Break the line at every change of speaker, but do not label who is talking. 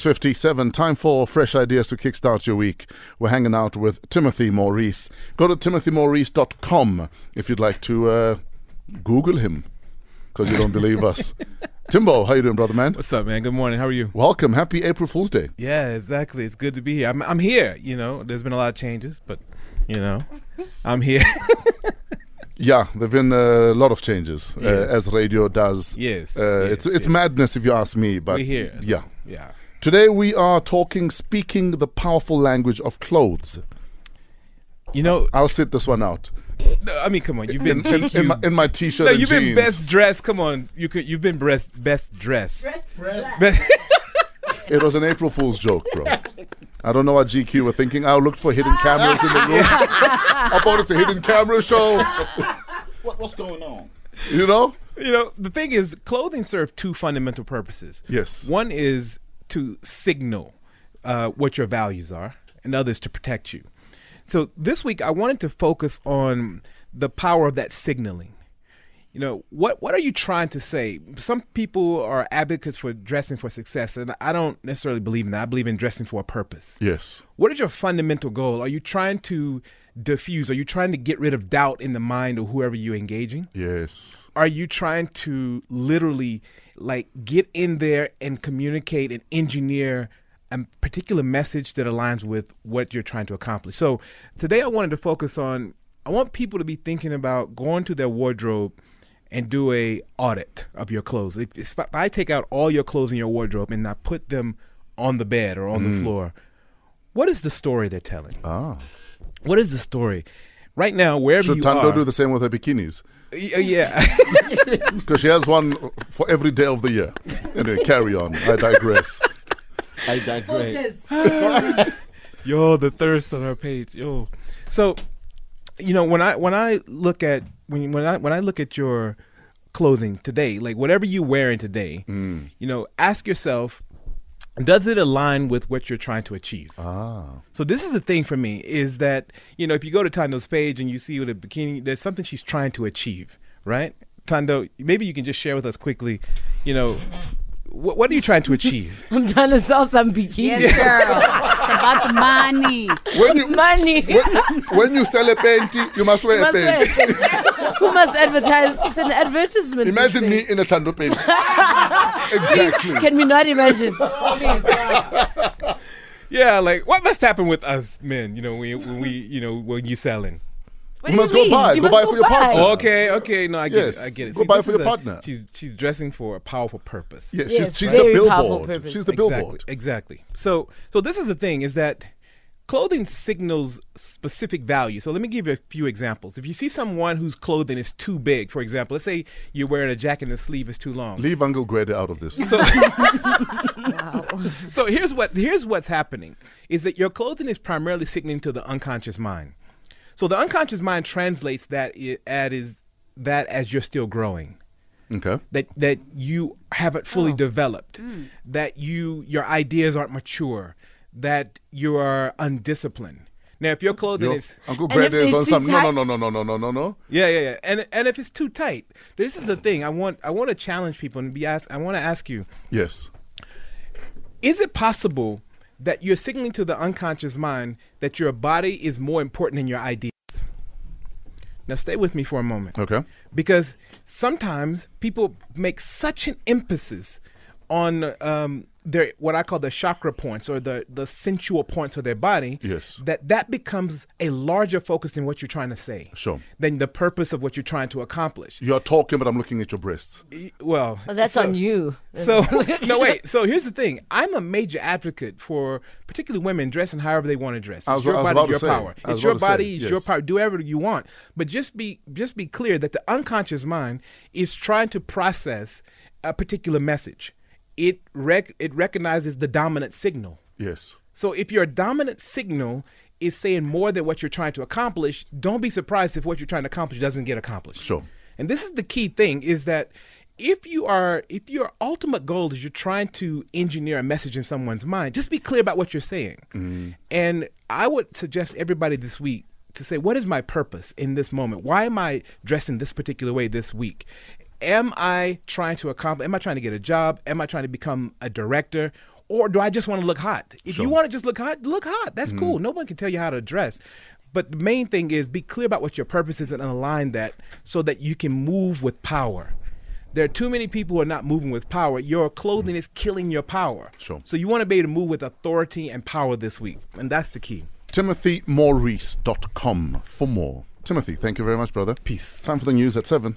6.57, time for fresh ideas to kickstart your week. We're hanging out with Timothy Maurice. Go to timothymaurice.com if you'd like to uh, Google him, because you don't believe us. Timbo, how you doing, brother man?
What's up, man? Good morning. How are you?
Welcome. Happy April Fool's Day.
Yeah, exactly. It's good to be here. I'm, I'm here. You know, there's been a lot of changes, but you know, I'm here.
Yeah, there've been a lot of changes, uh,
Yes.
as radio does.
Yes,
Uh,
yes,
it's it's
yes.
madness if you ask me, but
We're here.
yeah.
yeah.
Today we are talking, speaking the powerful language of clothes.
You know,
I'll sit this one out.
no, I mean, come on. You've been
In,
GQ.
in my, in my t-shirt
no,
and
you've been
jeans.
best dressed. Come on, you could. You've been best best dressed. Best-
It was an April Fool's joke, bro. I don't know what GQ were thinking. I looked for hidden cameras in the room. I thought it's a hidden camera show,
What, what's going on?
you know?
you know, the thing is, clothing serves two fundamental purposes.
Yes.
One is to signal uh, what your values are, and the other is to protect you. So this week, I wanted to focus on the power of that signaling. You know, what, what are you trying to say? Some people are advocates for dressing for success, and I don't necessarily believe in that. I believe in dressing for a purpose.
Yes.
What is your fundamental goal? Are you trying to diffuse? Are you trying to get rid of doubt in the mind of whoever you're engaging?
Yes.
are you trying to literally like get in there and communicate and engineer a particular message that aligns with what you're trying to accomplish? So today I wanted to focus on I want people to be thinking about going to their wardrobe and do a audit of your clothes. If, if I take out all your clothes in your wardrobe and I put them on the bed or on
Mm.
the floor, what is the story they're telling?
Ah.
What is the story? Right now, wherever
Should
you
Tando
are,
do the same with her bikinis?
Y- uh, yeah.
Because she has one for every day of the year. Anyway, carry on. I digress.
I digress.
yo the thirst on our page yo so you know when i when i look at when when i when i look at your clothing today like whatever you're wearing today you know ask yourself does it align with what you're trying to achieve
Ah.
so this is the thing for me is that you know if you go to Tando's page and you see with a bikini, there's something she's trying to achieve, right? Tando, maybe you can just share with us quickly, you know, what, what are you trying to achieve?
I'm trying to sell some bikinis.
Yes, girl. it's about the money.
When you
Money.
when you sell a panty, you must wear
Must
a panty.
wear- Who must advertise? It's an advertisement.
Imagine me
this
in a Tando panty. exactly.
thing. Can we not imagine? Please.
Yeah, like what must happen with us men? You know, we when we you know when you selling.
What do
must go
mean?
buy.
You
Go
must
buy for your partner. Oh.
buy.
Okay, okay, no, I get
Yes,
it. I get it.
go buy
this
for
is
your
a-
partner.
She's she's dressing for a powerful purpose.
Yeah, she's,
Yes,
she's the
very powerful
billboard.
purpose.
She's the
exactly,
billboard.
Exactly. So so this is the thing is that clothing signals specific value. So let me give you a few examples. If you see someone whose clothing is too big, for example, let's say you're wearing a jacket and the sleeve is too long.
Leave Uncle Greta out of this.
So, so here's what here's what's happening is that your clothing is primarily signaling to the unconscious mind. So the unconscious mind translates that i- at is that as you're still growing,
Okay.
that that you haven't fully developed, that you your ideas aren't mature, that you are undisciplined. Now, if your clothing
Your um
is
Uncle
And if
Greta is on
it's
some. No,
intact-
no, no, no, no, no, no, no.
Yeah, yeah, yeah. And and if it's too tight, this is the thing. I want I want to challenge people and be asked. I want to ask you.
Yes.
is it possible that you're signaling to the unconscious mind that your body is more important than your ideas? Now, stay with me for a moment.
Okay.
Because sometimes people make such an emphasis on um, their what I call the chakra points or the, the sensual points of their body
Yes.
that that becomes a larger focus than what you're trying to say.
Sure.
Than the purpose of what you're trying to accomplish.
You're talking, but I'm looking at your breasts.
Y- Well,
Well, that's
so-
on you.
so no wait. So here's the thing. I'm a major advocate for particularly women dressing however they want to dress. It's
I was-
your
I was
body,
about to
your
say.
power.
I was
It's your
about to say,
body, it's your
yes.
power. Do whatever you want. But just be just be clear that the unconscious mind is trying to process a particular message. It rec- it recognizes the dominant signal.
Yes.
So if your dominant signal is saying more than what you're trying to accomplish, don't be surprised if what you're trying to accomplish doesn't get accomplished.
Sure.
And this is the key thing is that if you are if your ultimate goal is you're trying to engineer a message in someone's mind, just be clear about what you're saying. And I would suggest everybody this week to say what is my purpose in this moment? Why am I dressed in this particular way this week? Am I trying to accomplish am I trying to get a job? Am I trying to become a director? or do I just want to look hot? If
Sure.
you want to just look hot, look hot. That's cool. No one can tell you how to dress. But the main thing is be clear about what your purpose is and align that so that you can move with power. There are too many people who are not moving with power. Your clothing is killing your power.
Sure.
So you want to be able to move with authority and power this week, and that's the key.
TimothyMaurice.com for more. Timothy, thank you very much, brother. Peace. Time for the news at 7.